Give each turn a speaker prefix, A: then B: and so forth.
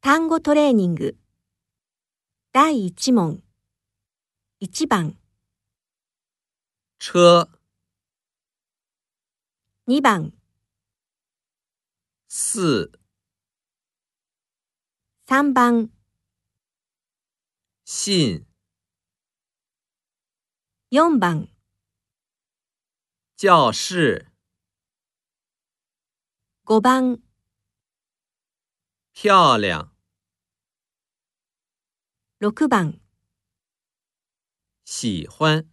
A: 単語トレーニング。第1問。1番、
B: 车、
A: 2番、
B: 四、
A: 3番、
B: 信、
A: 4番、
B: 教室、
A: 5番、
B: 漂亮、
A: 6番。
B: 喜欢。